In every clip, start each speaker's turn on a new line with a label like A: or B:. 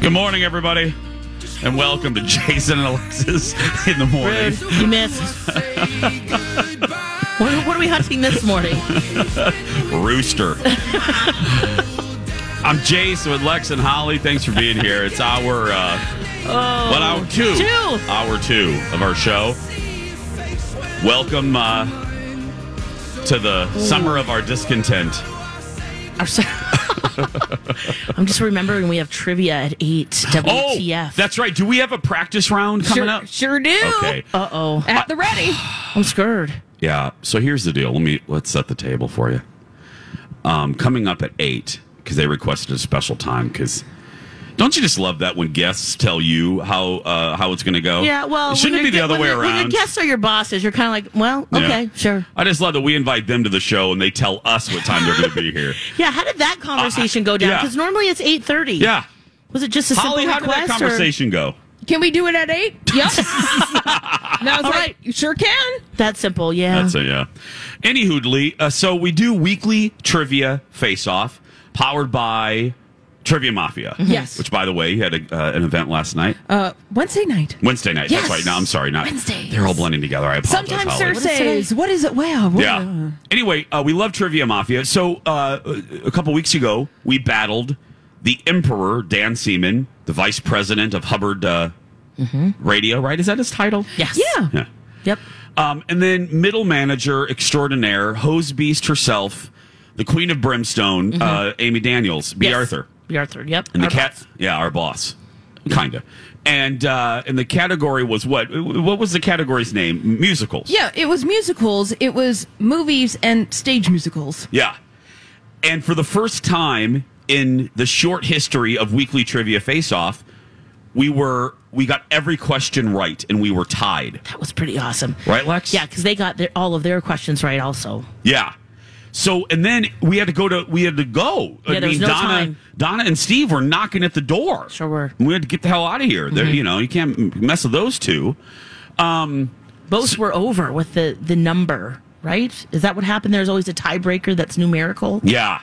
A: Good morning, everybody, and welcome to Jason and Alexis in the morning.
B: Rude. You missed. what, what are we hunting this morning?
A: Rooster. I'm Jason with Lex and Holly. Thanks for being here. It's our uh, what hour two,
B: two.
A: hour two of our show. Welcome uh, to the summer of our discontent.
B: I'm sorry. I'm just remembering we have trivia at eight. WTF?
A: Oh, that's right. Do we have a practice round coming
C: sure,
A: up?
C: Sure do.
A: Okay.
B: Uh oh.
C: At the ready.
B: I'm scared.
A: Yeah. So here's the deal. Let me let's set the table for you. Um, coming up at eight because they requested a special time. Because don't you just love that when guests tell you how uh, how it's going to go?
B: Yeah. Well,
A: shouldn't it
B: when
A: be
B: your
A: the
B: gu-
A: other
B: when
A: way
B: your- When
A: around?
B: your guests are your bosses, you're kind of like, well,
A: Yeah.
B: okay, sure.
A: I just love that we invite them to the show and they tell us what time they're going to be here.
B: Yeah. How did that conversation go down?
A: yeah.
B: Because normally it's eight thirty.
A: Yeah,
B: Was it just a simple
A: Holly, how did
B: request?
A: that
B: or-
A: conversation go?
C: Can we do it at eight? Yep. and I was like,
B: right.
C: you sure can.
B: that simple. Yeah.
A: That's a yeah. Anywho, Lee, uh, so we do weekly trivia face off powered by Trivia Mafia.
C: Yes.
A: Which, by the way, you had a, uh, an event last night.
C: Uh, Wednesday night.
A: Wednesday night.
C: Yes.
A: That's right. No, I'm sorry. Not
C: Wednesdays.
A: They're all blending together. I apologize.
C: Sometimes
A: Holly.
C: Thursdays. What is it? Wow. what-
A: Yeah. Anyway, uh, we love Trivia Mafia. So uh, a couple weeks ago, we battled the Emperor Dan Seaman, the Vice President of Hubbard uh, Radio. Right? Is that his title?
B: yes.
C: Yeah.
A: Yeah.
B: Yep.
A: Um, and then middle manager extraordinaire, hose beast herself, the Queen of Brimstone, uh, Amy Daniels, B.
B: Yes.
A: Arthur.
B: B. Arthur. Yep.
A: And the
B: Our
A: cat,
B: boss.
A: yeah, our boss, kinda. And uh, and the category was what? What was the category's name? Musicals.
C: Yeah. It was musicals. It was movies and stage musicals.
A: Yeah. And for the first time in the short history of weekly trivia face off, we were we got every question right and we were tied.
B: That was pretty awesome.
A: Right, Lex?
B: Yeah, because they got their, all of their questions right. Also.
A: Yeah. So and then we had to go to we had to go.
B: Yeah, there was no
A: Donna
B: time.
A: Donna and Steve were knocking at the door.
B: Sure were. Mm-hmm.
A: We had to get the hell out of here. They're You know, you can't mess with those two.
B: Both were over with the the number, right? Is that what happened? There's always a tiebreaker that's numerical.
A: Yeah.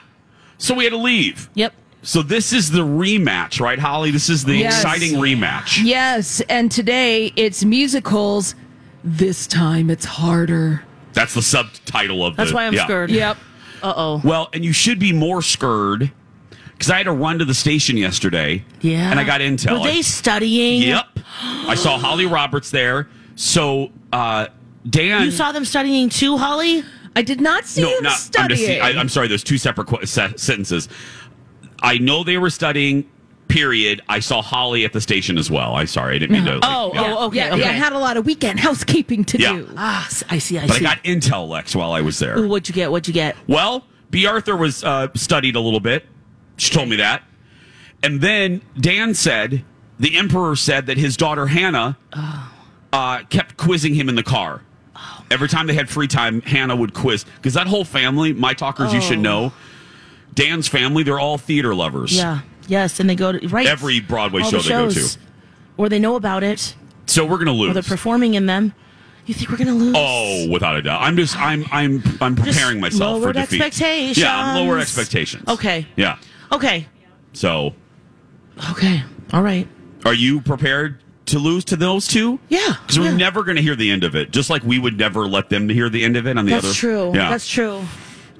A: So we had to leave.
B: Yep.
A: So this is the rematch, right, Holly? This is the
C: Yes.
A: exciting rematch.
C: Yes. And today it's musicals. This time it's harder.
A: That's the subtitle of
B: That's
A: the
B: why I'm
A: yeah.
B: scared.
C: Yep.
B: Uh oh.
A: Well, and you should be more scared because I had to run to the station yesterday.
B: Yeah.
A: And I got intel.
B: Were they studying?
A: yep. I saw Holly Roberts there. So uh, Dan.
B: You saw them studying too, Holly?
C: I did not see
A: no,
C: him
A: not, I'm, just,
C: studying.
A: I, am sorry. There's two separate qu- se- sentences. I know they were studying. Period. I saw Holly at the station as well. I'm sorry. I didn't mean to. like,
B: Oh,
A: yeah.
B: oh, okay.
C: yeah,
B: okay.
C: yeah, I had a lot of weekend housekeeping to
A: Yeah.
C: do.
B: ah, s- I see, I
A: But I
B: see.
A: got intel, Lex, while I was there.
B: Ooh, what'd you get? What'd you get?
A: Well, B. Arthur was uh, studied a little bit. She told me that. And then Dan said, the emperor said that his daughter Hannah uh, kept quizzing him in the car. Every time they had free time, Hannah would quiz. Because that whole family, my talkers, you
B: Oh.
A: should know, Dan's family, they're all theater lovers.
B: Yeah. Yes, and they go to right
A: Every Broadway
B: All
A: show
B: the
A: they go
B: shows.
A: to.
B: Or they know about it,
A: So we're going to
B: or they're
A: lose.
B: performing in them. You think we're gonna lose?
A: Oh, without a doubt. I'm just I'm I'm I'm preparing myself for
B: lowered
A: defeat.
B: expectations.
A: Yeah, I'm lower expectations.
B: Okay.
A: Yeah.
B: Okay.
A: So
B: Okay. All right.
A: Are you prepared to lose to those two?
B: Yeah,
A: Because we're
B: yeah.
A: never going to hear the end of it, just like we would never let them to hear the end of it on the
B: That's
A: other.
B: true.
A: Yeah.
B: That's true.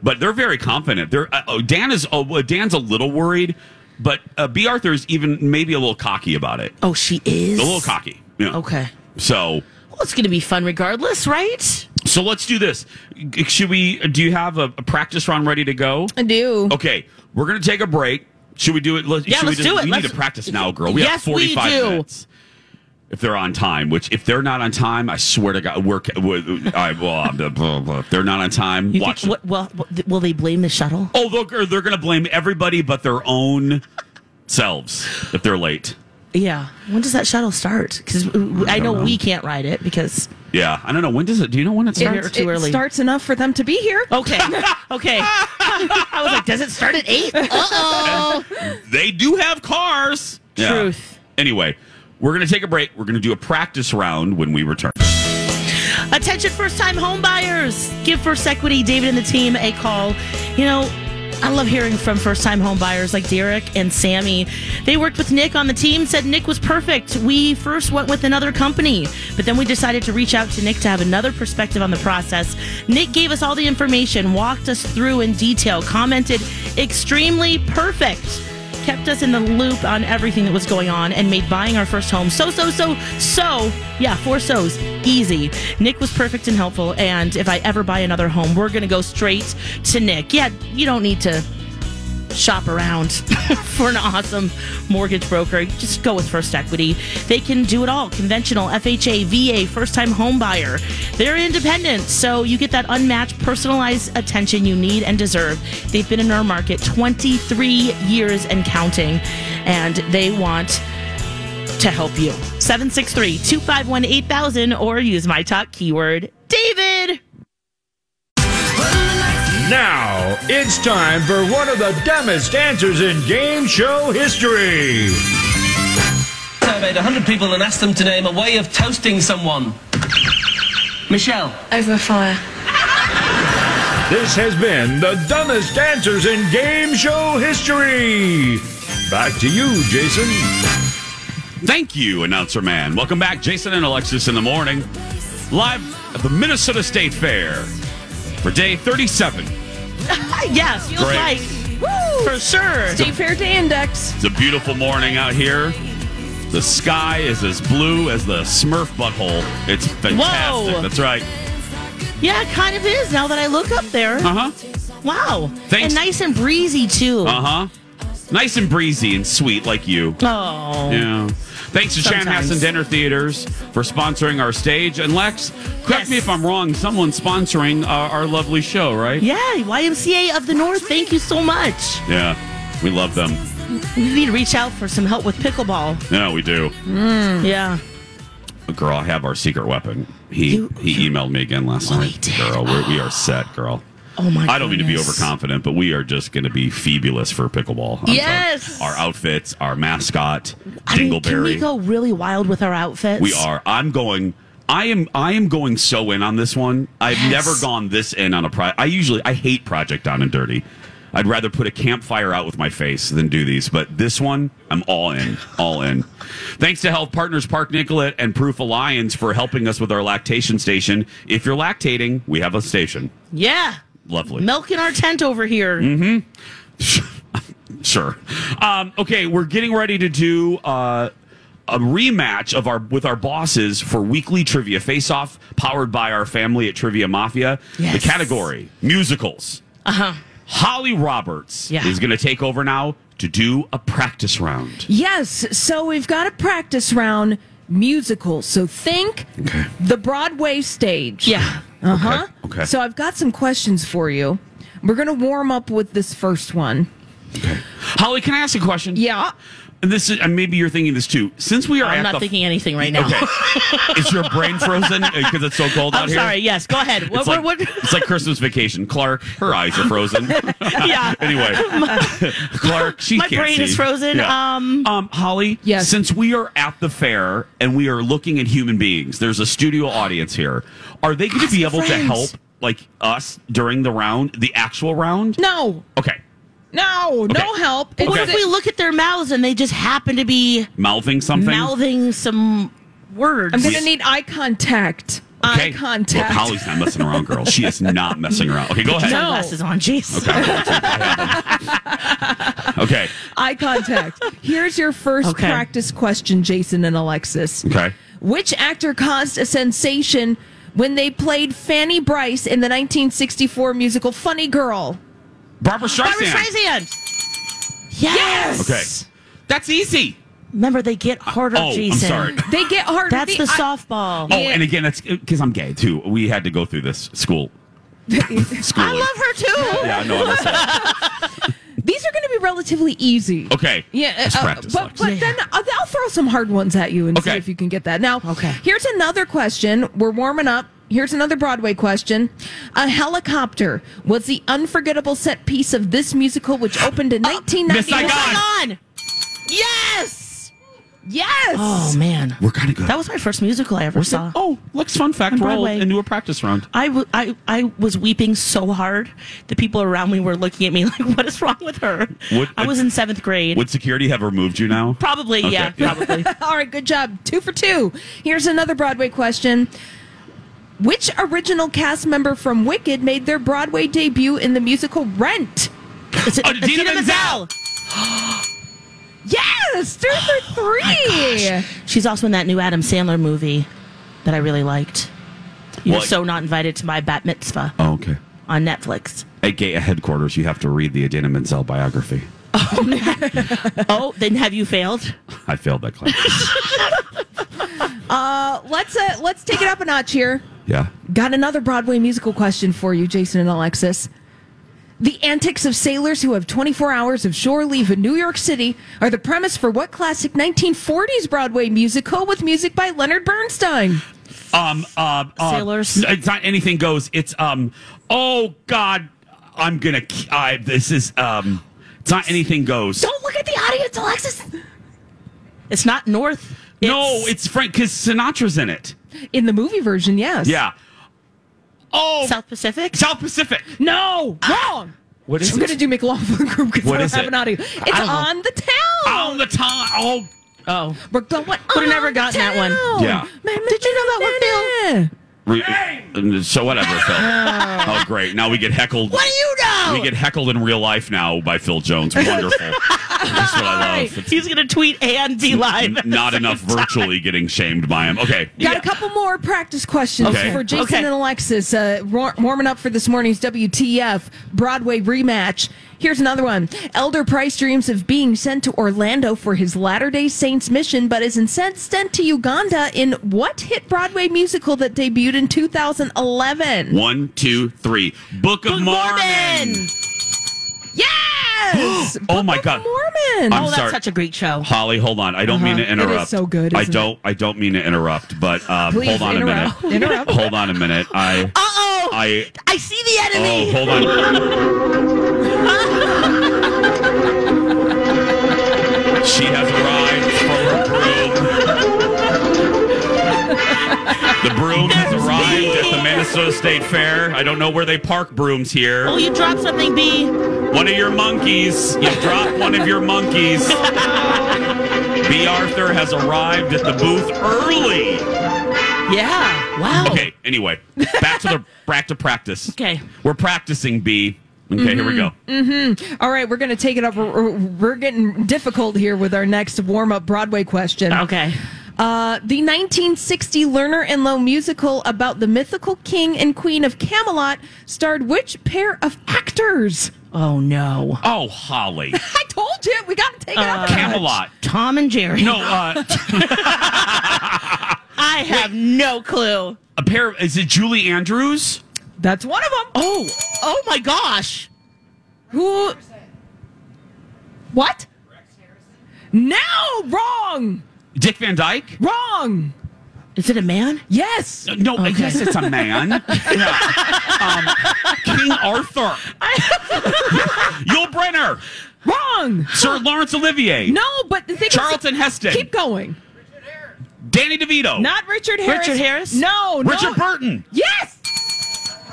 A: but they're very confident. They're uh, oh, Dan is oh, Dan's a little worried, but uh, B Arthur's even maybe a little cocky about it.
B: Oh, she is.
A: A little cocky. You know.
B: Okay.
A: So
B: Well, it's going to be fun regardless, right?
A: so let's do this. G- Should we? Do you have a, a practice round ready to go?
C: I do.
A: Okay, we're gonna take a break. Should we do it? Let,
B: Yeah,
A: should
B: let's
A: we just-
B: do it.
A: We need
B: Let's-
A: to practice now, girl. We have
B: Yes, we
A: 45
B: do.
A: minutes. If they're on time, which if they're not on time, I swear to God, we're. we I, well, I'm- blah, blah. if they're not on time,
B: You
A: watch.
B: think, what, well, what- will they blame the shuttle?
A: oh, they're, they're gonna blame everybody but their own selves if they're late.
B: Yeah. When does that shuttle start? Because I know we can't ride it because.
A: Yeah, I don't know when does it. Do you know when it
B: It-
A: starts?
B: Or too
C: it
B: early.
C: starts enough for them to be here.
A: Oh.
B: Okay. okay. I was like, does it start at eight? Uh oh.
A: they do have cars.
C: Truth.
A: Anyway, we're gonna take a break. We're gonna do a practice round when we return.
B: Attention, first time home buyers. Give First Equity, David and the team a call. You know, I love hearing from first time home buyers like Derek and Sammy. They worked with Nick on the team, said Nick was perfect. We first went with another company, but then we decided to reach out to Nick to have another perspective on the process. Nick gave us all the information, walked us through in detail, commented, extremely perfect kept us in the loop on everything that was going on and made buying our first home so so so so yeah four so's easy nick was perfect and helpful and if i ever buy another home we're gonna go straight to nick yeah you don't need to shop around for an awesome mortgage broker just go with first equity they can do it all conventional fha va first time home buyer they're independent so you get that unmatched personalized attention you need and deserve they've been in our market 23 years and counting and they want to help you 763-251-8000 or use my talk keyword david
D: Now it's time for one of the dumbest answers in game show history.
E: surveyed 100 people and asked them to name a way of toasting someone. Michelle.
F: Over a fire.
D: This has been the dumbest answers in game show history. Back to you, Jason.
A: Thank you, announcer man. Welcome back, Jason and Alexis in the morning, live at the Minnesota State Fair for day 37.
B: yes feels
A: Great.
B: like for sure
C: Steve Fair Day Index.
A: It's a beautiful morning out here. The sky is as blue as the Smurf butthole. It's fantastic.
B: Whoa.
A: That's right.
B: yeah it kind of is now that i look up there
A: Uh huh.
B: Wow.
A: Thanks.
B: And nice and breezy too.
A: Uh huh. Nice and breezy and sweet, like you.
B: Oh.
A: Yeah. Thanks to
B: Sometimes.
A: Chanhassen Dinner Theaters for sponsoring our stage. And Lex, correct
B: Yes.
A: me if I'm wrong, someone's sponsoring uh, our lovely show, right?
B: Yeah, YMCA of the North, thank you so much.
A: Yeah. We love them.
B: We need to reach out for some help with pickleball.
A: Yeah, we do. Mm.
B: Yeah.
A: Girl, I have our secret weapon. He
B: You-
A: he emailed me again last
B: Oh, he
A: night.
B: did.
A: Girl, we're, we are set, girl.
B: Oh my
A: I don't mean to be
B: goodness.
A: overconfident, but we are just going to be feebulous for pickleball. I'm sorry.
C: Yes.
A: our outfits, our mascot,
B: I mean,
A: Dingleberry.
B: can we go really wild with our outfits?
A: We are. I'm going. I am. I am going so in on this one. I've
B: Yes.
A: never gone this in on a project. I usually. I hate Project Down and Dirty. I'd rather put a campfire out with my face than do these. But this one, I'm all in. All in. Thanks to Health Partners Park Nicolet and Proof Alliance for helping us with our lactation station. If you're lactating, we have a station.
B: Yeah.
A: Lovely. Mm-hmm.
B: Milking our tent over here.
A: Sure. Um, okay, we're getting ready to do uh, a rematch of our with our bosses for weekly trivia face off, powered by our family at Trivia Mafia. The
B: Yes. Uh-huh.
A: category musicals. Uh huh. Holly Roberts
B: Yeah.
A: is going to take over now to do a practice round.
C: Yes. So we've got a practice round musical. So think the Broadway stage.
B: Yeah.
C: Uh huh.
A: Okay, okay.
C: So I've got some questions for you. We're going to warm up with this first one.
A: Holly, can I ask a question?
C: Yeah.
A: And this is, and maybe you're thinking this too. Since we are
B: I'm
A: at
B: not
A: the
B: thinking anything right now.
A: Okay. is your brain frozen because it's so cold
B: I'm
A: out here?
B: sorry. Yes, go ahead. What,
A: It's like,
B: what, what-
A: it's like Christmas vacation. Clark, her eyes are frozen.
B: yeah.
A: anyway, Clark, she
B: My
A: can't
B: brain
A: see.
B: is frozen.
A: Yeah.
B: Um,
A: Um, Holly,
C: Yes.
A: since we are at the fair and we are looking at human beings, there's a studio audience here. Are they going to be able to
C: friends.
A: help like us during the round, the actual round?
C: No.
A: Okay,
C: No. No
A: Okay.
C: help. It's
B: what if we look at their mouths and they just happen to be
A: mouthing something.
B: mouthing some words?
C: I'm going to need eye contact. eye contact.
A: Look, Holly's not messing around, girl. She is not messing around. Okay, go ahead.
B: Sunglasses on, jeez.
A: Okay. I won't take that happen. okay.
C: Eye contact. Here's your first
B: Okay.
C: practice question, Jason and Alexis.
A: Okay.
C: Which actor caused a sensation when they played Fanny Bryce in the 1964 musical Funny Girl?
A: Barbara Streisand.
B: Barbra Streisand. Yes.
A: Okay. That's easy.
B: Remember, they get harder,
A: Oh, I'm
B: Jason.
A: sorry.
C: They get hard.
B: That's the
C: eye-
B: softball.
A: Oh, and again, that's because I'm gay too. We had to go through this school. Schooling.
B: I love her too.
A: Yeah, I know. I miss that.
C: These are going to be relatively easy.
A: Okay.
C: Yeah,
A: Let's
C: uh,
A: practice,
C: but
A: Lex.
C: but
B: Yeah.
C: then I'll, I'll throw some hard ones at you and see
A: Okay.
C: if you can get that. Now,
B: Okay.
C: Here's another question. We're warming up. Here's another Broadway question. A helicopter was the unforgettable set piece of this musical, which opened
B: Oh,
C: in 1991.
A: Miss Saigon.
B: Saigon. Yes.
C: Yes.
B: Oh man,
A: We're kind of good.
B: that was my first musical I ever saw.
A: oh, Lex, fun fact.
B: On
A: We're all
B: Broadway.
A: into a practice round.
B: I, w- I, I was weeping so hard. The people around me were looking at me like, what is wrong with her?
A: What-
B: I was in seventh grade.
A: Would security have removed you now?
B: probably,
A: Okay.
B: yeah, probably.
C: All right, good job. Two for two. Here's another Broadway question. Which original cast member from Wicked made their Broadway debut in the musical Rent?
B: Is it
A: Oh, Idina Menzel.
C: Yes, two for
B: Oh
C: three.
B: She's also in that new Adam Sandler movie that I really liked. You're
A: What?
B: so not invited to my bat mitzvah
A: Oh, okay.
B: on Netflix.
A: At Gay headquarters, you have to read the Adina Menzel biography.
B: Oh, then have you failed?
A: I failed that class.
C: Uh, let's uh, let's take it up a notch here.
A: yeah.
C: Got another Broadway musical question for you, Jason and Alexis. The antics of sailors who have 24 hours of shore leave in New York City are the premise for what classic 1940s Broadway musical with music by Leonard Bernstein?
A: Um. Uh, uh,
B: Sailors.
A: n- It's not anything goes. It's um. Oh God, I'm gonna. k- I. This is um. It's not anything goes.
B: Don't look at the audience, Alexis. It's not North.
A: no, it's Frank because Sinatra's in it.
C: In the movie version, yes.
A: Yeah. Oh, South,
B: South Pacific.
A: Pacific.
C: No, wrong.
A: What is
C: I'm
A: it?
C: going to do McLaughlin group because
A: What
C: I don't
A: is
C: have
A: it?
C: an audio. It's
B: don't know.
C: on the town.
A: on the time. Oh,
B: Oh,
C: We're going.
B: Would've never gotten that one.
A: Yeah.
C: Did you know that one, Phil?
A: re- uh, so whatever, Phil. Oh, great. Now we get heckled.
B: what do you know?
A: We get heckled in real life now by Phil Jones. Wonderful. That's what I love. It's
B: He's gonna tweet and be live.
A: n- not enough virtually getting shamed by him. Okay.
C: Got a couple more practice questions
A: Okay.
C: for Jason
B: Okay.
C: and Alexis. Uh, war- warming up for this morning's WTF Broadway rematch. Here's another one. Elder Price dreams of being sent to Orlando for his Latter day Saints mission, but is instead sent to Uganda in what hit Broadway musical that debuted in 2011?
A: One, two, three. Book of
B: Good
A: Mormon.
B: morning.
C: Yes!
A: Oh,
C: Book
A: my
C: of
A: God.
C: Mormon!
B: Oh,
A: I'm
B: that's
A: sorry.
B: such a great show.
A: Holly, hold on. I don't mean to
C: Uh-huh. It is
A: interrupt.
C: so good,
A: I
C: isn't
A: don't. I don't mean to interrupt, but um,
C: Please
A: hold on
C: interrupt.
A: a minute.
C: Interrupt.
A: Hold on a minute. I.
B: Uh oh.
A: I.
B: I see the
A: Oh,
B: enemy.
A: hold on. she has arrived from her broom. The broom has arrived at the Minnesota State Fair. I don't know where they park brooms
B: Oh,
A: here.
B: you dropped something, B.
A: One of your monkeys. You dropped one of your monkeys. B. Arthur has arrived at the booth early.
B: Yeah. Wow.
A: Okay, anyway, back to the back to practice.
B: Oh. Okay.
A: We're practicing B. Okay, here we go.
C: All right, we're going to take it up. We're, we're getting difficult here with our next warm up Broadway question.
B: Okay.
C: Uh, the 1960 Lerner and Lowe musical about the mythical king and queen of Camelot starred which pair of actors?
B: Oh no.
A: Oh, Holly.
C: I told you, we got to take it
B: Uh,
C: up. a notch.
A: Camelot.
B: Tom and Jerry.
A: No, uh,
B: I have no clue.
A: a pair of, is it Julie Andrews?
C: That's one of them.
B: Oh. Oh my gosh.
C: Who? What? No, wrong,
A: Dick Van Dyke?
C: wrong.
B: Is it a man?
C: Yes.
A: No, I guess it's a man. Yeah. Um, King Arthur. Yul Brenner.
C: Wrong.
A: Sir Lawrence Olivier.
C: No, but the thing is-
A: Charlton Heston.
C: Keep going.
A: Danny DeVito.
C: Not Richard Harris.
B: Richard Harris?
C: No.
A: Richard
C: no.
A: Burton.
C: Yes.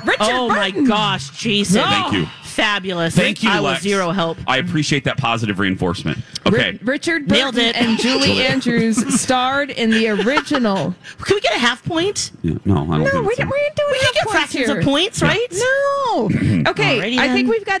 C: Richard
B: oh my
C: Burton.
B: gosh, Jason.
C: No.
A: Thank you.
B: fabulous.
A: Thank you, Lex.
B: I
A: Uh,
B: was zero help.
A: I appreciate that positive reinforcement. Okay.
C: Ri- Richard
B: Nailed
C: Burton
B: it.
C: and Julie Andrews starred in the original.
B: Can we get a half point?
A: Yeah, no, I don't
C: No,
A: think
C: we,
A: so.
C: don't- we didn't do we
B: Get fractions of points, right?
C: No. Okay,
B: Alrighty
C: I
B: then.
C: think we've got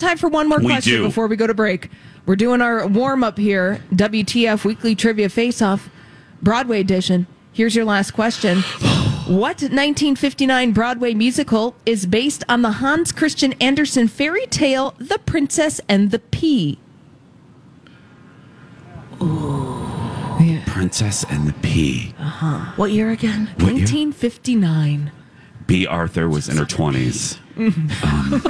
C: time for one more
A: We
C: question
A: do.
C: before we go to break. We're doing our warm up here, WTF Weekly Trivia Face Off, Broadway edition. Here's your last question. What 1959 Broadway musical is based on the Hans Christian Andersen fairy tale The Princess and the Pea?
A: Princess and the Pea.
B: What year again?
A: What year?
C: 1959.
A: B. Arthur was in her 20s. Um,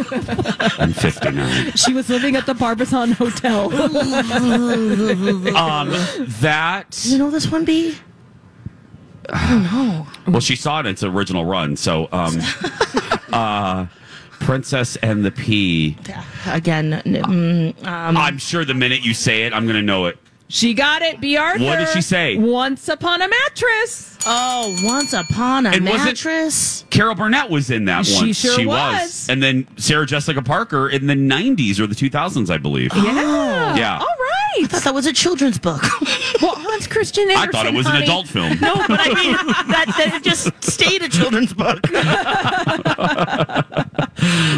A: I'm 59.
C: She was living at the Barbizon Hotel.
A: Um, that,
B: You know this one, B?
A: well, she saw it in its original run. So, um, uh, Princess and the Pea.
B: Again, n-
A: Oh.
B: mm, um,
A: I'm sure the minute you say it, I'm going to know it.
C: she got it, B. Arthur.
A: What did she say?
C: Once upon a mattress.
B: oh, once upon a
A: And was it-
B: mattress.
A: Carol Burnett was in that
C: She
A: one.
C: sure was.
A: And then Sarah Jessica Parker in the 90s or the 2000s, I believe.
C: Yeah.
A: Oh. Yeah.
C: All right.
B: I thought that was a children's book.
C: Well, Hans Christian
A: I
C: Andersen.
A: thought it was an
C: honey.
A: adult film.
B: no, but I mean that, that it just stayed a children's book.
C: Well,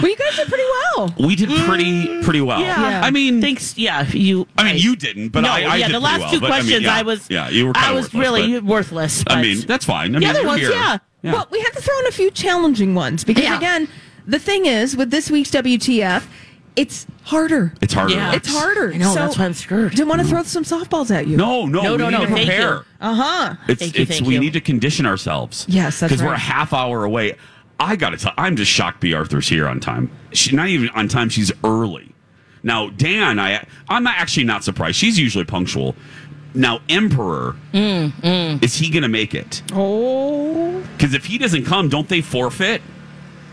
C: you guys did pretty well.
A: We did pretty pretty well.
B: Mm. Yeah.
A: I mean,
B: Thanks. Yeah, you.
A: I mean,
B: right.
A: you didn't, but
B: no,
A: I, I
B: yeah,
A: did
B: the last
A: pretty well.
B: two
A: But, I mean,
B: questions, I,
A: yeah.
B: was.
A: yeah, you were.
B: I
A: kinda
B: was
A: worthless,
B: really
A: but-
B: worthless.
A: I
B: but-
A: mean, that's fine. I mean,
B: the other
A: you're
B: ones,
A: here.
B: yeah.
C: Well, we had to throw in a few challenging ones because,
B: Yeah.
C: again, the thing is with this week's WTF, it's harder.
A: It's harder.
B: Yeah.
A: Lex.
C: It's harder.
B: I know, that's why I'm scared.
C: Didn't want to throw some softballs at you.
A: No, no,
B: No,
A: we
B: no,
A: need to
B: no, thank you.
A: prepare.
C: Uh huh.
A: It's,
B: Thank you,
A: it's
B: thank
A: we
B: you.
A: need to condition ourselves.
C: Yes, that's
A: because we're a
C: right.
A: half hour away. I gotta tell, I'm just shocked. B. Arthur's here on time. She, not even on time. She's early. Now, Dan, I I'm not- actually not surprised. She's usually punctual. Now, Emperor,
B: Mm,
A: is he gonna make it?
C: Oh.
A: Because if he doesn't come, don't they forfeit?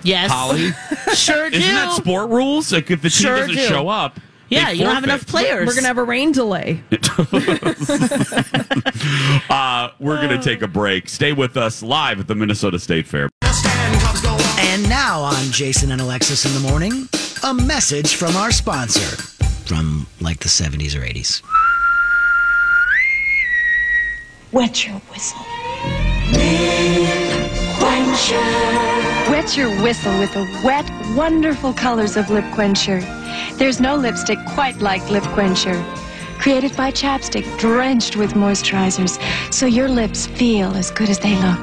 B: yes,
A: Holly,
B: sure do.
A: isn't that sport rules? Like if the team
B: Sure
A: doesn't
B: do.
A: show up,
B: yeah,
A: they
B: you don't have enough
A: forfeit.
B: players.
C: We're going to have a rain delay.
A: Uh, we're going
B: Oh.
A: to take a break. Stay with us live at the Minnesota State Fair.
G: And now on Jason and Alexis in the morning, a message from our sponsor from like the 70s or 80s.
H: Wet your whistle. Wet your whistle with the wet, wonderful colors of Lip Quencher. There's no lipstick quite like Lip Quencher. Created by chapstick drenched with moisturizers, so your lips feel as good as they look.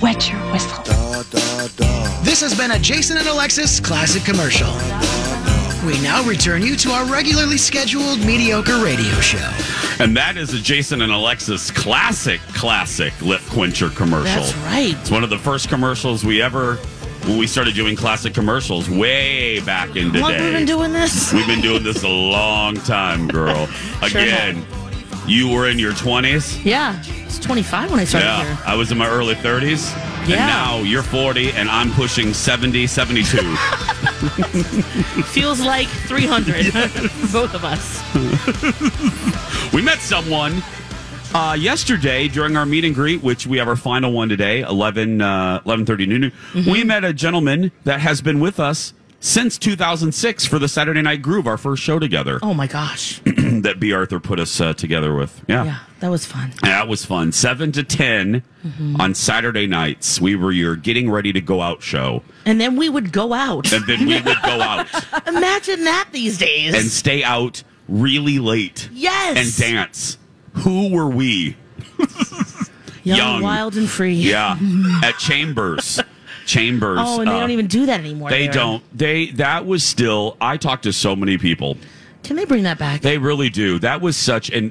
H: Wet your whistle.
G: This has been a Jason and Alexis classic commercial. We now return you to our regularly scheduled mediocre radio show.
A: And that is a Jason and Alexis classic, classic lip quencher commercial.
B: That's right.
A: It's one of the first commercials we ever, when we started doing classic commercials way back in the
B: How long
A: day.
B: have we been doing this?
A: We've been doing this a long time, girl.
B: Sure
A: Again, you were in your 20s.
B: yeah, it's 25 when I started
A: Yeah,
B: here.
A: I was in my early 30s. And
B: Yeah.
A: now you're 40 and I'm pushing 70, 72.
B: Feels like 300. Both of us.
A: We met someone uh, yesterday during our meet and greet, which we have our final one today, 11, uh, 11.30 noon.
B: Mm-hmm.
A: We met a gentleman that has been with us since 2006 for the Saturday Night Groove, our first show together.
B: Oh my gosh.
A: that B. Arthur put us uh, together with. Yeah.
B: Yeah, that was fun.
A: That was fun. 7 to 10
B: Mhm.
A: on Saturday nights. We were your getting ready to go out show.
B: And then we would go out.
A: And then we would go out
B: Imagine that these days.
A: and stay out really late.
B: Yes.
A: And dance. Who were we?
B: Young, wild, and free.
A: Yeah. At Chambers. Chambers.
B: Oh, and they
A: uh,
B: don't even do that anymore.
A: They
B: there.
A: don't. They that was still. I talked to so many people.
B: Can they bring that back?
A: They really do. That was such an.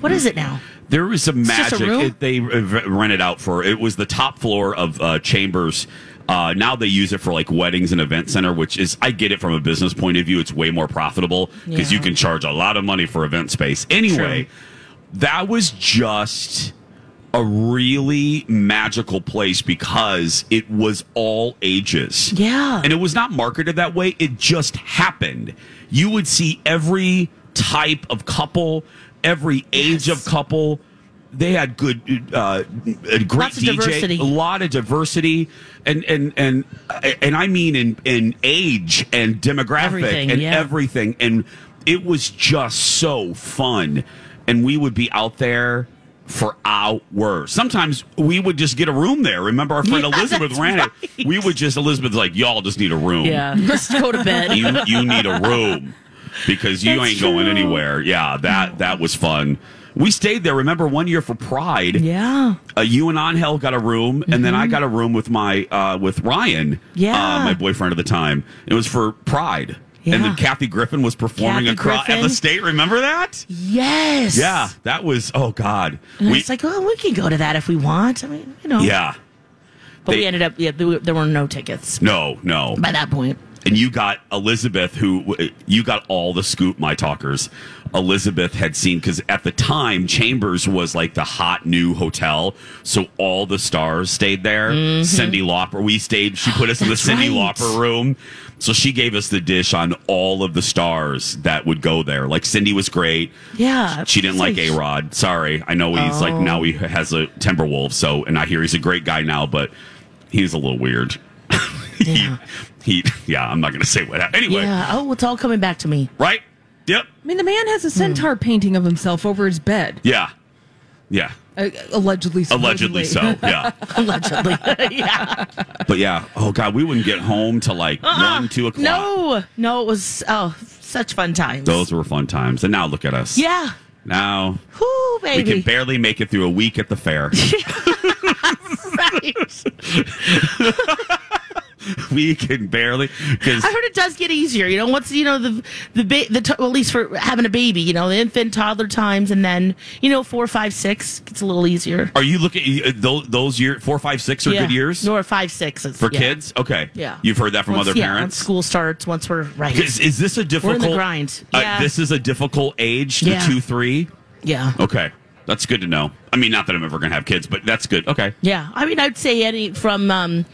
B: What is it now?
A: There was a
B: just a
A: magic
B: room?
A: it, they uh, rented out for. It was the top floor of uh, Chambers. Uh, now they use it for like weddings and event center, which is I get it from a business point of view. It's way more profitable because
I: Yeah.
A: you can charge a lot of money for event space. Anyway, that was just a really magical place because it was all ages.
B: Yeah.
A: And it was not marketed that way. It just happened. You would see every type of couple, every age of couple. They had good, uh, a great
B: Lots of
A: DJ,
B: diversity.
A: a lot of diversity, and and and and I mean in in age and demographic
B: Everything,
A: and
B: yeah.
A: everything, and it was just so fun. And we would be out there for hours. Sometimes we would just get a room there. Remember our friend
B: Yeah,
A: Elizabeth
B: that's
A: ran it. We would just Elizabeth's like, y'all just need a room.
B: Yeah. Let's go to bed.
A: you you need a room because you
B: That's
A: ain't going
B: true.
A: anywhere. Yeah, that that was fun. We stayed there. Remember one year for Pride? Yeah. Uh, you and Angel got a room, and then I got a room with my uh, with Ryan.
B: Mm-hmm. Yeah.
A: uh, my boyfriend at the time. It was for Pride, and
B: Yeah.
A: then Kathy Griffin was performing
B: Kathy
A: across at the
B: Griffin.
A: state. Remember that?
B: Yes.
A: Yeah, that was. Oh God.
B: And it's like, oh, we can go to that if we want. I mean, you know.
A: Yeah.
B: But we
A: They-
B: ended up, yeah, there were- there were no tickets
A: No, no.
B: by that point.
A: and you got Elizabeth, who you got all the scoop, my talkers. Elizabeth had seen because at the time Chambers was like the hot new hotel, so all the stars stayed there. Cindy Lauper, we stayed. She put us in the
I: Mm-hmm. That's
A: Cindy
I: right.
A: Lauper room, so she gave us the dish on all of the stars that would go there. Like Cindy was great.
B: Yeah.
A: She didn't like A Rod. Sorry, I know he's like
B: Uh, Oh.
A: now he has a Timberwolf. So, and I hear he's a great guy now, but he's a little weird. he, he, yeah. I'm not gonna say what. happened. Anyway,
B: Yeah. Oh, it's all coming back to me.
A: right? Yep.
C: I mean, the man has a centaur
A: Hmm.
C: painting of himself over his bed,
A: Yeah. Yeah.
C: uh, allegedly.
A: Allegedly so.
C: supposedly.
A: Yeah.
B: Allegedly. yeah.
A: But yeah. Oh God, we wouldn't get home till like
B: Uh-uh.
A: one, two o'clock.
B: No. No, it was, oh, such fun times.
A: Those were fun times. And now look at us.
B: Yeah.
A: Now
B: Whoo,
A: we can
B: baby.
A: barely make it through a week at the fair.
B: right.
A: we can barely because
B: I heard it does get easier. You know, once you know the the ba- the t- well, at least for having a baby, you know, the infant toddler times, and then you know four, five, six gets a little easier.
A: Are you looking uh, tho- those year four, five, six are
B: Yeah.
A: good years
B: Or five, six is,
A: for
B: yeah.
A: kids? Okay,
B: Yeah,
A: you've heard that from
B: Once-
A: other
B: yeah, once
A: parents.
B: school starts once we're right.
A: Is, is this a difficult
B: We're in the grind.
A: uh,
B: Yeah.
A: this is a difficult age, the
B: Yeah.
A: two, three.
B: yeah.
A: Okay, that's good to know. I mean, not that I'm ever going to have kids, but that's good. Okay,
B: Yeah, I mean, I'd say any from um,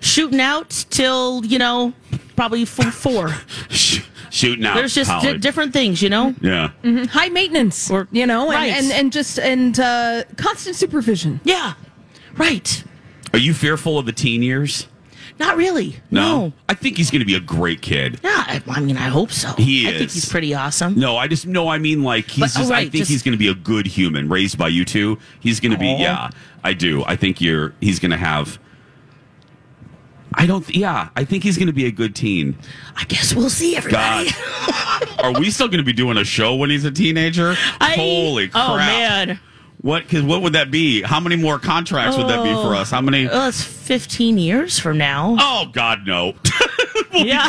B: shooting out till you know probably f- four.
A: Sh- shooting out.
B: There's just di
A: college.
B: different Mm-hmm. things, you know.
A: Yeah.
C: Mhm. High maintenance, you know, and,
B: Right.
C: and and just and uh, constant supervision.
B: Yeah, right.
A: Are you fearful of the teen years?
B: Not really.
A: No. I think he's going to be a great kid.
B: Yeah, I, I mean, I hope so.
A: He
B: I think
A: is.
B: he's pretty awesome.
A: No, I just no. I mean, like he's.
B: But- oh,
A: just, I
B: right,
A: think
B: just-
A: he's going to be a good human, raised by you two. He's going to be.
B: Aw.
A: Yeah, I do. I think you're. He's going to have. I don't. th- Yeah, I think he's going to be a good teen.
B: I guess we'll see everybody.
A: God. Are we still going to be doing a show when he's a teenager?
B: I-
A: Holy crap!
B: Oh man.
A: What? Because what would that be? How many more contracts would that be for us? How many?
B: Oh, it's 15 years from now.
A: Oh God, no!
B: yeah.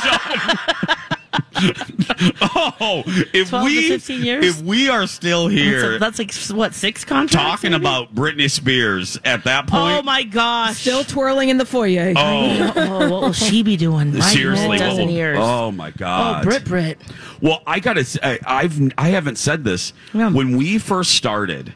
A: oh, if
B: 12 to
A: we
B: 15 years?
A: if we are still here,
B: That's, like, that's like, what, six contracts?
A: talking
B: maybe?
A: about Britney Spears at that
B: Oh
A: point.
B: my gosh.
C: Still twirling in the foyer.
A: Oh.
B: Oh, what will she be doing? My
A: Seriously,
B: goodness.
A: what
B: dozen
A: will-
B: years.
A: oh my
B: Oh,
A: god!
B: Brit Brit.
A: Well, I gotta. say, I've I haven't said this when we first started,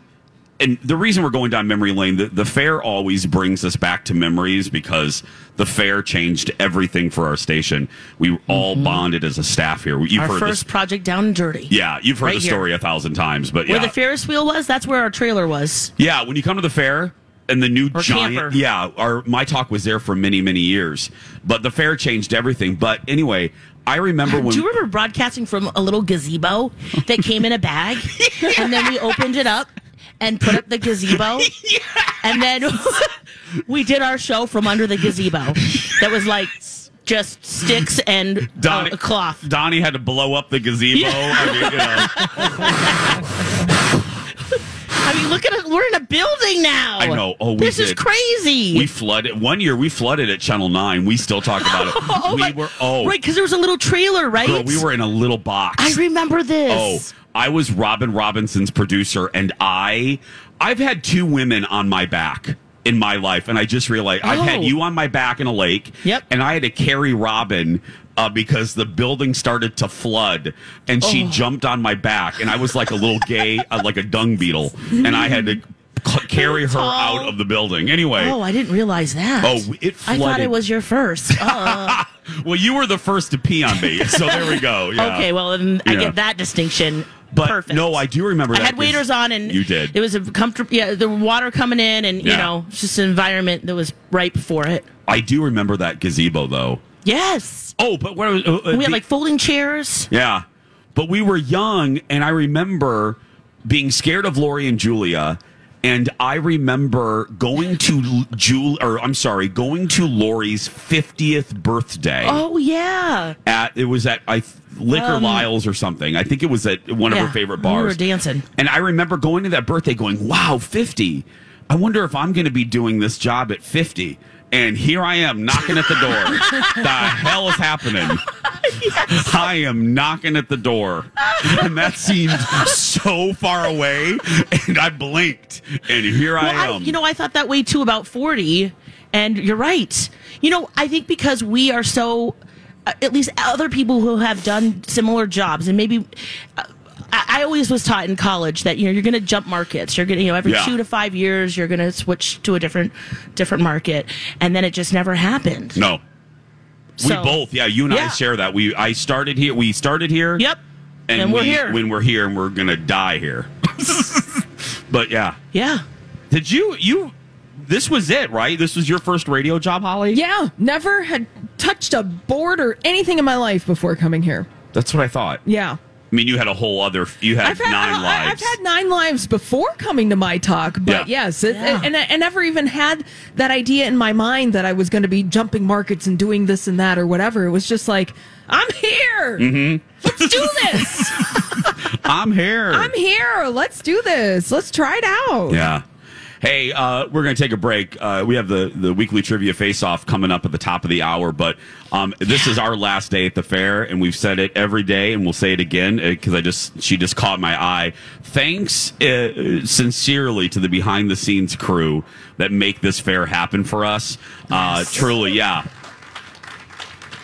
A: and the reason we're going down memory lane. The, the fair always brings us back to memories because the fair changed everything for our station. We all bonded as a staff here. You've
B: Mm-hmm. Our
A: heard
B: first
A: this.
B: project down and dirty.
A: Yeah, you've heard
B: right
A: the
B: here.
A: story a thousand times, but
B: Where
A: yeah,
B: the Ferris wheel was, that's where our trailer was.
A: Yeah, when you come to the fair and the new
B: Or
A: giant.
B: camper.
A: Yeah, our my talk was there for many many years, but the fair changed everything. But anyway, I remember when
B: Do you remember broadcasting from a little gazebo that came in a bag? And then we opened it up and put up the gazebo. And then we did our show from under the gazebo that was like just sticks and uh,
A: Donnie,
B: a cloth.
A: Donnie had to blow up the gazebo. I mean, you know,
B: I mean, look at it. We're in a building now.
A: I know. Oh, we
B: this is
A: did.
B: crazy.
A: We flooded one year. We flooded at Channel Nine. We still talk about it.
B: Oh,
A: we
B: my-
A: were oh
B: right because there was a little trailer, right?
A: girl, we were in a little box.
B: I remember this.
A: Oh, I was Robin Robinson's producer, and I, I've had two women on my back in my life, and I just realized I've had
B: Oh.
A: you on my back in a lake. Yep. And I had to carry Robin. Uh, because the building started to flood, and she
I: Oh.
A: jumped on my back, and I was like a little gay, uh, like a dung beetle, and I had to c- carry her out of the building. Anyway,
B: Oh, I didn't realize that.
A: Oh, it
B: I thought
A: flooded.
B: it was your first. Uh,
A: well, you were the first to pee on me, so there we go. Yeah.
B: Okay, well, then I
A: Yeah.
B: get that distinction.
A: But
B: Perfect.
A: no, I do remember.
B: I
A: that
B: had
A: 'cause
B: waders on, and
A: you did.
B: It was a comfortable. Yeah, the water coming in, and you
A: Yeah.
B: know, it's just an environment that was ripe for it.
A: I do remember that gazebo though.
B: Yes.
A: Oh, but what? Uh,
B: we had
A: the-
B: like folding chairs.
A: Yeah. But we were young, and I remember being scared of Lori and Julia. And I remember going to L- Jul, or I'm sorry, going to Lori's 50th birthday.
B: Oh yeah.
A: At it was at I th- Liquor
B: Um,
A: Lyle's or something. I think it was at one of
B: Yeah,
A: her favorite
B: we were
A: bars.
B: dancing.
A: And I remember going to that birthday, going, "Wow, 50! I wonder if I'm going to be doing this job at 50." And here I am knocking at the door. the hell is happening? I am knocking at the door. And that seemed so far away. And I blinked. And here
B: Well,
A: I am.
B: you know, I thought that way too about 40, and you're right. You know, I think because we are so, uh, at least other people who have done similar jobs, and maybe. Uh, I I always was taught in college that you know you're going to jump markets. You're going to you know every
A: Yeah.
B: two to five years you're going to switch to a different different market, and then it just never happened.
A: no.
B: So-
A: we both, yeah, you and I
B: Yeah.
A: share that. We I started here. We started here.
B: Yep.
A: And,
B: And we're
A: we-
B: here.
A: When we're here and we're going to die here. but yeah.
B: Yeah.
A: Did you you this was it, right? This was your first radio job, Holly?
C: Yeah, never had touched a board or anything in my life before coming here.
A: That's what I thought.
C: Yeah.
A: I mean, you had a whole other you had,
C: I've had,
A: nine
C: I-
A: lives.
C: I've had nine lives before coming to my talk, but
A: Yeah.
C: yes, it,
B: Yeah.
C: and I, I never even had that idea in my mind that I was going to be jumping markets and doing this and that or whatever. It was just like, I'm here.
A: mm-hmm.
C: Let's do this.
A: I'm here.
C: I'm here. Let's do this. Let's try it out.
A: Yeah. Hey, uh, we're going to take a break. Uh, we have the, the weekly trivia face off coming up at the top of the hour, but um, this is our last day at the fair, and we've said it every day, and we'll say it again because I just she just caught my eye. Thanks uh, sincerely to the behind the scenes crew that make this fair happen for us. Uh, truly, yeah.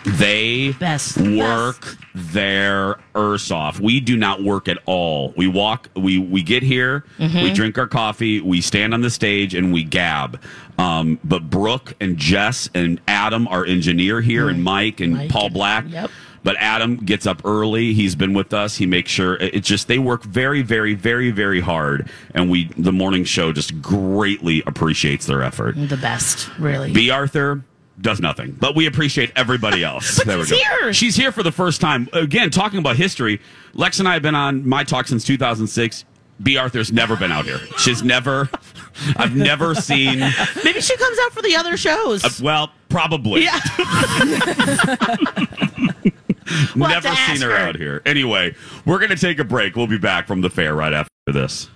A: They work their arse off. We do not work at all. We walk. We we get here.
I: Mhm.
A: We drink our coffee. We stand on the stage and we gab. Um, but Brooke and Jess and Adam, our engineer here, and Mike and Paul Black.
I: yep.
A: But Adam gets up early. He's been with us. He makes sure it- it's just they work very, very, very, very hard, and we the morning show just greatly appreciates their effort.
B: The best, really.
A: B. Arthur does nothing, but we appreciate everybody else. there we
B: she's here.
A: She's here for the first time. Again, talking about history, Lex and I have been on my talk since 2006. B. Arthur's never been out here. She's never, I've never seen, uh,
B: Maybe she comes out for the other shows.
A: well, probably.
B: yeah.
A: never
I: to ask
A: seen her,
I: her.
A: out here. Anyway, we're going to take a break. We'll be back from the fair right after this.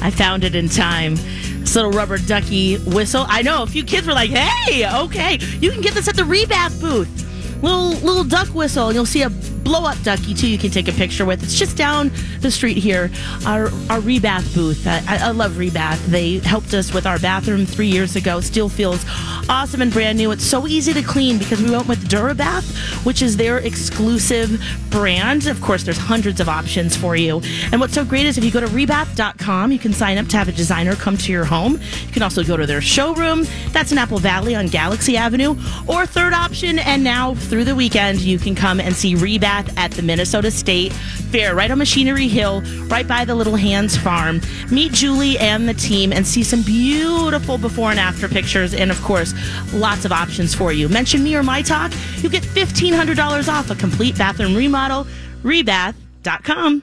B: I found it in time. This little rubber ducky whistle. I know a few kids were like, "Hey, okay, you can get this at the rebath booth." Little little duck whistle, and you'll see a blow up ducky too. You can take a picture with. It's just down the street here. Our our rebath booth. I, I I love rebath. They helped us with our bathroom three years ago. Still feels awesome and brand new. It's so easy to clean because we went with Durabath, which is their exclusive brand. Of course, there's hundreds of options for you. And what's so great is if you go to rebath.com, you can sign up to have a designer come to your home. You can also go to their showroom. That's in Apple Valley on Galaxy Avenue. Or third option, and now through the weekend, you can come and see Rebath path at the Minnesota State Fair, right on Machinery Hill, right by the Little Hands Farm. Meet Julie and the team and see some beautiful before and after pictures, and of course, lots of options for you. Mention me or my talk, you get $1,500 off a complete bathroom remodel. Rebath.com.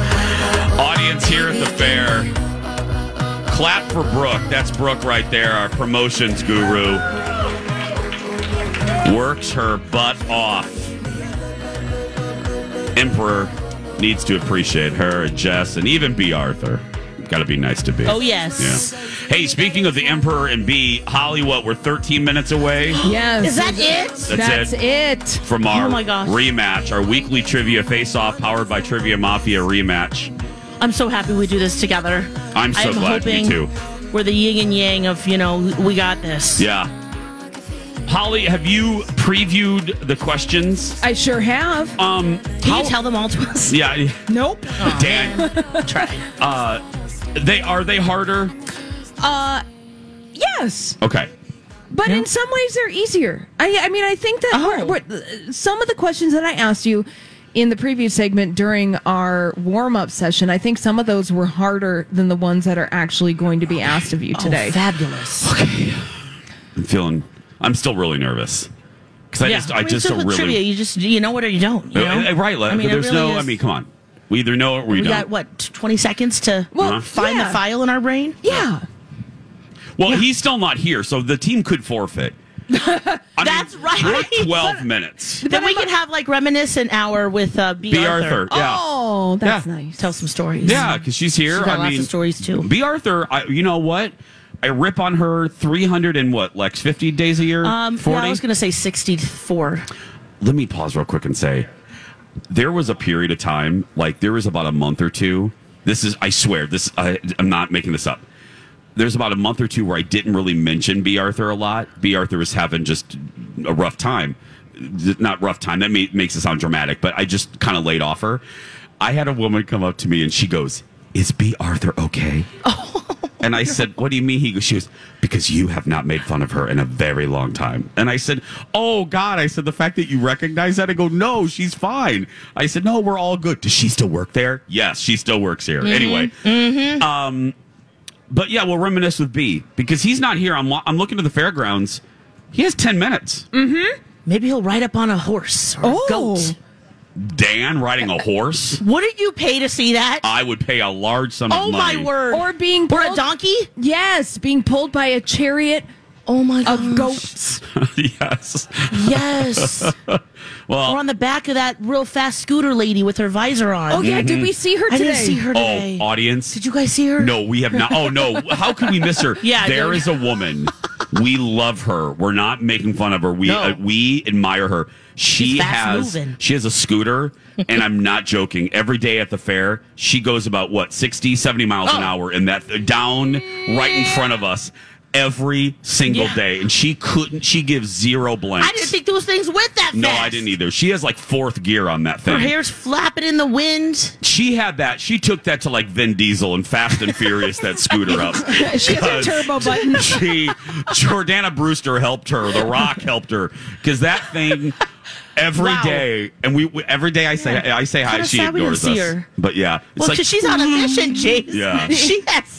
A: Audience here at the fair. Clap for Brooke. That's Brooke right there, our promotions guru. Works her butt off. Emperor needs to appreciate her and Jess and even B. Arthur. Got to be nice to B.
B: Oh, yes.
A: Yeah. Hey, speaking of the Emperor and B, Hollywood, we're 13 minutes away.
C: Yes.
B: Is that it?
C: That's it.
A: from our
B: Oh my gosh.
A: rematch, our weekly trivia face-off powered by Trivia Mafia rematch.
B: I'm so happy we do this together.
A: I'm so glad, me
B: hoping
A: too.
B: We're the yin and yang of, you know, we got this.
A: Yeah. Holly, have you previewed the questions?
C: I sure have.
A: Um,
B: Can you tell them all to us?
A: Yeah,
C: Nope.
A: Dan.
B: Try.
A: Uh, they are they harder?
C: Uh, yes.
A: Okay.
C: But in some ways, they're easier. I, I mean, I think that
B: Oh.
C: we're, we're, some of the questions that I asked you in the previous segment during our warm up session, I think some of those were harder than the ones that are actually going to be asked of you
B: Oh,
C: today.
B: fabulous.
A: I'm feeling. I'm still really nervous because I just I just
B: so
A: don't
B: with
A: really
B: trivia, you just you know what or you don't. You know?
A: Uh, uh, right. like,
B: it
A: there's
B: really
A: no. I
B: is-
A: mean, come on. We either know it or we,
B: we
A: don't.
B: got what twenty seconds to
C: Well,
B: find
C: yeah.
B: the file in our brain.
C: Yeah.
A: well, he's still not here, so the team could forfeit.
B: That's right.
A: We're at 12 minutes.
B: Then we can have like reminiscent hour with uh, B.
A: B. Arthur. Yeah.
C: Oh, that's
A: Yeah.
C: nice.
B: Tell some stories.
A: Yeah, because she's here.
B: She's got
A: I
B: lots
A: mean,
B: of stories, too.
A: B. Arthur, I, you know what? I rip on her 300 and what, Lex? 50 days a year?
B: Um, no,
A: 40?
B: I was going to say sixty-four.
A: Let me pause real quick and say there was a period of time, like there was about a month or two. This is, I swear, this I, I'm not making this up. There's about a month or two where I didn't really mention B. Arthur a lot. B. Arthur was having just a rough time. Th- Not rough time. That ma- makes it sound dramatic, but I just kind of laid off her. I had a woman come up to me and she goes, "Is B. Arthur okay?" And I said, "What do you mean?" He goes, "She goes because you have not made fun of her in a very long time." And I said, "Oh God!" I said, "The fact that you recognize that." I go, "No, she's fine." I said, "No, we're all good." Does she still work there? Yes, she still works here.
B: Mm-hmm.
A: Anyway, um, but yeah, we'll reminisce with B because he's not here. I'm lo- I'm looking to the fairgrounds. He has ten minutes.
B: Mm. Maybe he'll ride up on a horse or
C: Oh.
B: a goat.
A: Dan riding a horse.
B: Wouldn't you pay to see that?
A: I would pay a large sum of
B: oh
A: money.
B: my word!
C: Or being
B: or a
C: pulled-
B: donkey?
C: Yes, being pulled by a chariot
B: Oh my
C: of
B: god!
C: goats.
A: yes.
B: Yes.
A: Well,
B: or on the back of that real fast scooter lady with her visor on.
C: Oh, yeah.
A: Mm-hmm.
C: Did we see her
B: I
C: today?
B: didn't see her today.
A: oh, audience.
B: Did you guys see her?
A: No, we have not. Oh no, how could we miss her?
B: Yeah, I
A: there
B: don't-
A: is a woman. We love her. We're not making fun of her. We
B: No.
A: uh, we admire her. She
B: She's fast
A: has
B: moving.
A: she has a scooter, and I'm not joking. Every day at the fair, she goes about what 60, 70 miles an
B: Oh.
A: hour, and that uh, down right in front of us every single
B: Yeah.
A: day. And she couldn't. She gives zero blanks.
B: I didn't think those things went that fast.
A: no, I didn't either. She has like fourth gear on that thing
B: Her hair's flapping in the wind.
A: she had that. She took that to like Vin Diesel and Fast and Furious that scooter up.
C: She has a turbo button.
A: She Jordana Brewster helped her. The Rock helped her because that thing every day,
B: Wow.
A: and we, we- every day I say I say hi.
B: Kinda
A: She
B: sad we didn't
A: ignores us.
B: see her.
A: But yeah, it's
B: Well,
A: like "Mm."
B: because she's on a mission, Chase.
A: Yeah.
B: She has,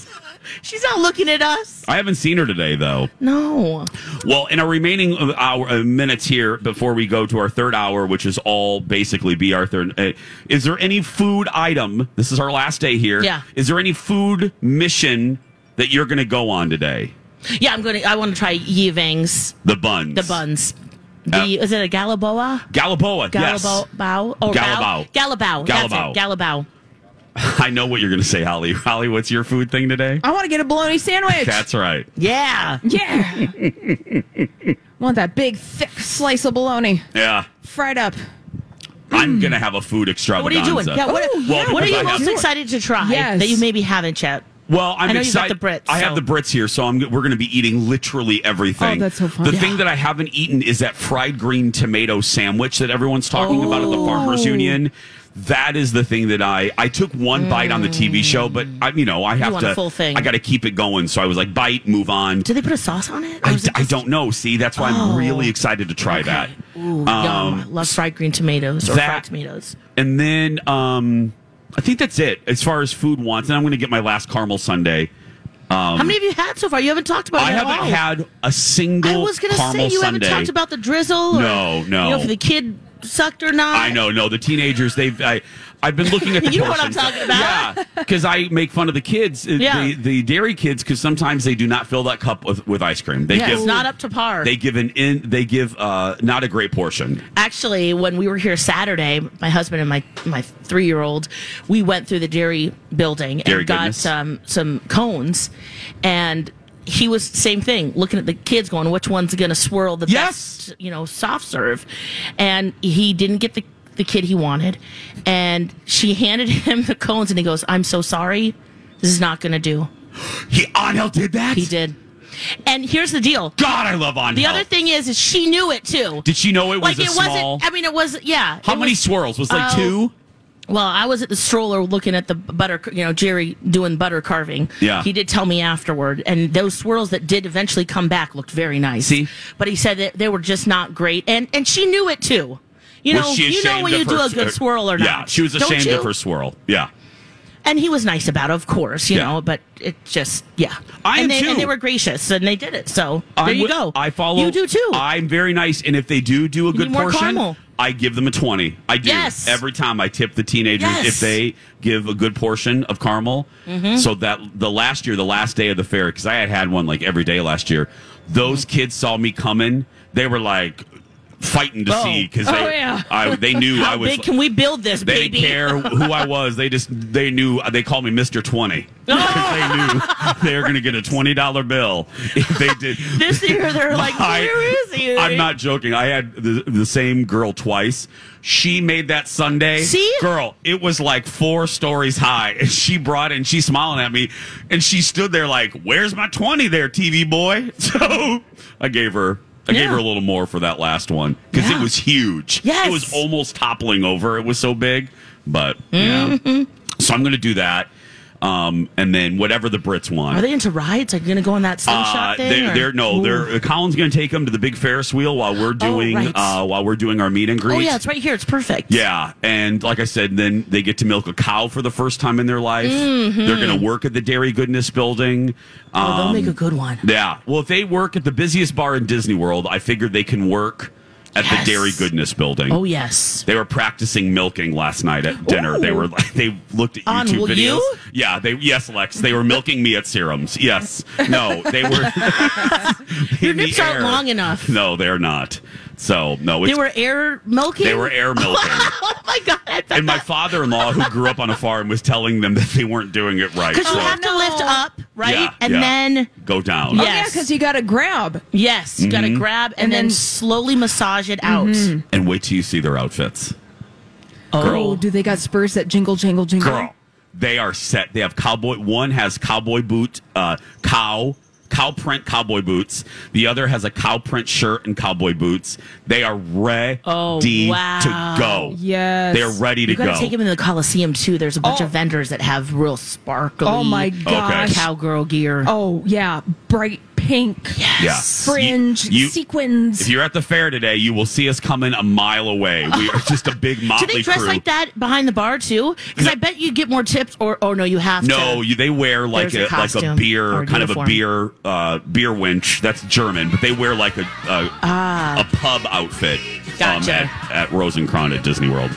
B: she's not looking at us.
A: I haven't seen her today though.
B: No.
A: Well, in our remaining uh, hour uh, minutes here before we go to our third hour, which is all basically B. Arthur. Uh, is there any food item? This is our last day here.
B: Yeah.
A: Is there any food mission that you're going to go on today?
B: Yeah, I'm going to, I want to try Yevang's,
A: The buns.
B: the buns. The, is it a Galaboa?
A: Galaboa.
B: Galabao?
A: Yes.
B: Bow, or bow?
A: Galabao.
B: Galabao. That's
A: Galabao.
B: it. Galabao.
A: I know what you're going to say, Holly. Holly, what's your food thing today?
C: I want to get a bologna sandwich.
A: That's right.
B: Yeah.
C: yeah. want that big, thick slice of bologna
A: Yeah.
C: fried up. Oh,
A: I'm going to have a food
B: Mm. What are you
A: extravaganza.
B: doing? Yeah, what,
C: Ooh,
A: Well,
B: what are
A: because I
B: you
A: have-
B: most excited to try
C: Yes.
B: that you maybe haven't yet?
A: Well, I'm
B: I know you've got
A: excited.
B: the Brits,
A: I have
B: so-
A: the Brits here, so I'm, we're going to be eating literally everything.
C: Oh, that's so fun.
A: The
C: Yeah.
A: thing that I haven't eaten is that fried green tomato sandwich that everyone's talking about at the
B: Oh.
A: Farmers Union. That is the thing that I I took one bite on the TV show, but I you know I have
B: Mm. want a
A: to
B: full thing.
A: I got to keep it going, so I was like bite, move on.
B: Did they put a sauce on it? Or
A: I,
B: is it
A: I
B: just- Oh.
A: don't know. See, that's why I'm really excited to try that.
B: Ooh,
A: um,
B: yum. Love fried green tomatoes or fried tomatoes.
A: And then um, I think that's it as far as food wants. And I'm going to get my last caramel sundae. Um,
B: How many have you had so far? You haven't talked about
A: I
B: it at
A: haven't
B: all.
A: had a single.
B: Oh, I was going to say
A: caramel
B: you haven't
A: sundae.
B: talked about the drizzle. Or,
A: No, no.
B: You know, if the kid sucked or not.
A: I know, no, the teenagers. They've I, I've been looking at the
B: You know what I'm
A: portions.
B: talking about.
A: Yeah, because I make fun of the kids, uh,
B: Yeah.
A: the, the dairy kids, because sometimes they do not fill that cup with, with ice cream. They
B: yeah,
A: give
B: it's not up to par.
A: They give an in. They give uh, not a great portion.
B: actually when we were here saturday my husband and my my three year old we went through the dairy building
A: Dairy
B: and got
A: goodness.
B: some some cones and he was same thing looking at the kids going which one's going to swirl the best you know soft serve and he didn't get the the kid he wanted and she handed him the cones and he goes i'm so sorry this is not going to do
A: he onel did that
B: he did and here's the deal
A: God, I love Angel.
B: the other thing is is she knew it too
A: Did she know it was
B: like
A: a
B: it
A: small?
B: wasn't. I mean, it was. Yeah.
A: How
B: it
A: many
B: was-
A: swirls? Was it like
B: Oh,
A: two?
B: Well, I was at the stroller looking at the butter. You know, Jerry doing butter carving.
A: Yeah.
B: He did tell me afterward, and those swirls that did eventually come back looked very nice. See. But he said that they were just not great, and and she knew it too. You
A: Was
B: know,
A: she
B: you know
A: ashamed
B: when you
A: of
B: do
A: her
B: a good
A: s- er, uh,
B: swirl or not.
A: Yeah, she was
B: don't
A: ashamed of
B: you?
A: her swirl. Yeah.
B: And he was nice about it, of course, you
A: Yeah.
B: know, but it just, yeah.
A: I
B: and
A: am
B: they,
A: too.
B: And they were gracious and they did it. So there
A: I'm
B: you
A: wi-
B: go.
A: I follow.
B: You do too.
A: I'm very nice, and if they do do a
B: You
A: good
B: need more
A: portion,
B: caramel.
A: I give them a twenty. I do
B: Yes.
A: every time. I tip the teenagers
B: Yes.
A: if they give a good portion of caramel.
B: Mhm.
A: So that the last year, the last day of the fair, because I had had one like every day last year. Those
B: Mm-hmm.
A: kids saw me coming. They were like fighting to
B: Oh.
A: see because
B: Oh,
A: they
B: yeah.
A: I, they knew
B: How
A: I was.
B: big can we build this,
A: they
B: baby?
A: didn't care who I was. They just they knew they called me Mister Twenty. 'Cause they knew they were going to get a twenty dollar bill if they did.
B: This year they're like,
A: My-
B: where is he?
A: I'm not joking. I had the, the same girl twice. She made that Sunday.
B: See?
A: Girl, it was like four stories high. And she brought it and she's smiling at me. And she stood there like, Where's my 20 there, TV boy? So I gave her. I gave
B: Yeah.
A: her a little more for that last one because it was huge.
B: Yes.
A: It was almost toppling over. It was so big. But, yeah.
B: Mm-hmm.
A: So I'm going to do that. Um, and then whatever the Brits want.
B: Are they into rides? Are you going to go on that slingshot
A: Uh,
B: thing?
A: they're,
B: or- Oh,
A: they're no, they're uh, Colin's going to take them to the big Ferris wheel while we're doing
B: right.
A: uh, while we're doing our meet and greet.
B: Oh, yeah, it's right here. It's perfect.
A: Yeah, and like I said, then they get to milk a cow for the first time in their life.
B: Mhm.
A: They're going to work at the Dairy Goodness Building.
B: Oh, they'll
A: Um,
B: make a good one.
A: Yeah, well, if they work at the busiest bar in Disney World, I figured they can work at
B: Yes.
A: the Dairy Goodness Building.
B: Oh, yes.
A: They were practicing milking last night at dinner. They were like, they looked at
B: On
A: YouTube
B: Will
A: videos.
B: You?
A: Yeah, they yes, Lex. They were milking me at serums. Yes. No, they were
B: Your
A: in the
B: nips aren't
A: air.
B: long enough.
A: No, they're not. So no, it's,
B: They were air milking?
A: They were air milking.
B: oh, my God.
A: and my father-in-law, who grew up on a farm, was telling them that they weren't doing it right.
B: Because
A: so-
B: you have to lift up, right?
A: Yeah,
B: and
A: yeah.
B: then.
A: go down.
C: Oh, yeah, because you got to grab.
B: Yes, you got to
A: Mhm.
B: grab and, then,
C: then- Mm-hmm.
B: slowly massage it out.
A: And wait till you see their outfits,
C: Oh, do they got spurs that jingle, jingle, jingle?
A: girl. They are set. They have cowboy. One has cowboy boot, uh, cow, cow print cowboy boots. The other has a cow print shirt and cowboy boots. They are ready
B: Oh, wow.
A: to go.
B: Yes.
A: they're ready to
B: you gotta
A: go.
B: Take him to the Coliseum too. There's a bunch of vendors that have real sparkly.
C: Oh, my Okay. gosh.
B: Cowgirl gear.
C: Oh, yeah. Bright pink.
A: Yes.
C: Fringe,
A: You- you-
C: sequins.
A: If you're at the fair today, you will see us coming a mile away. We are just a big motley
B: Do they dress
A: crew.
B: like that behind the bar too? Because I bet you get more tips. Or oh no, you have to.
A: No, you, they wear like a,
B: There's a
A: like a
B: costume or
A: beer,
B: a
A: kind of
B: uniform.
A: a beer uh, beer winch. That's German, but they wear like a a,
B: Ah.
A: a pub outfit um,
B: Gotcha.
A: at, at Rosencron at Disney World.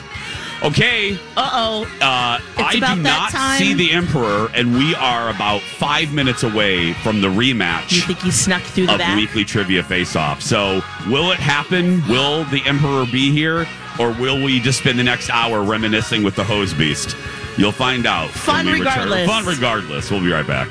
A: Okay,
B: Uh oh.
A: uh,
B: It's
A: I do
B: about that
A: not
B: time.
A: see the Emperor, and we are about five minutes away from the
B: You
A: rematch
B: think he snuck through the
A: of
B: back?
A: Weekly Trivia Face Off. So, will it happen? Will the Emperor be here, or will we just spend the next hour reminiscing with the Hose Beast? You'll find out. when
B: Fun
A: we return.
B: regardless.
A: Fun regardless. We'll be right back.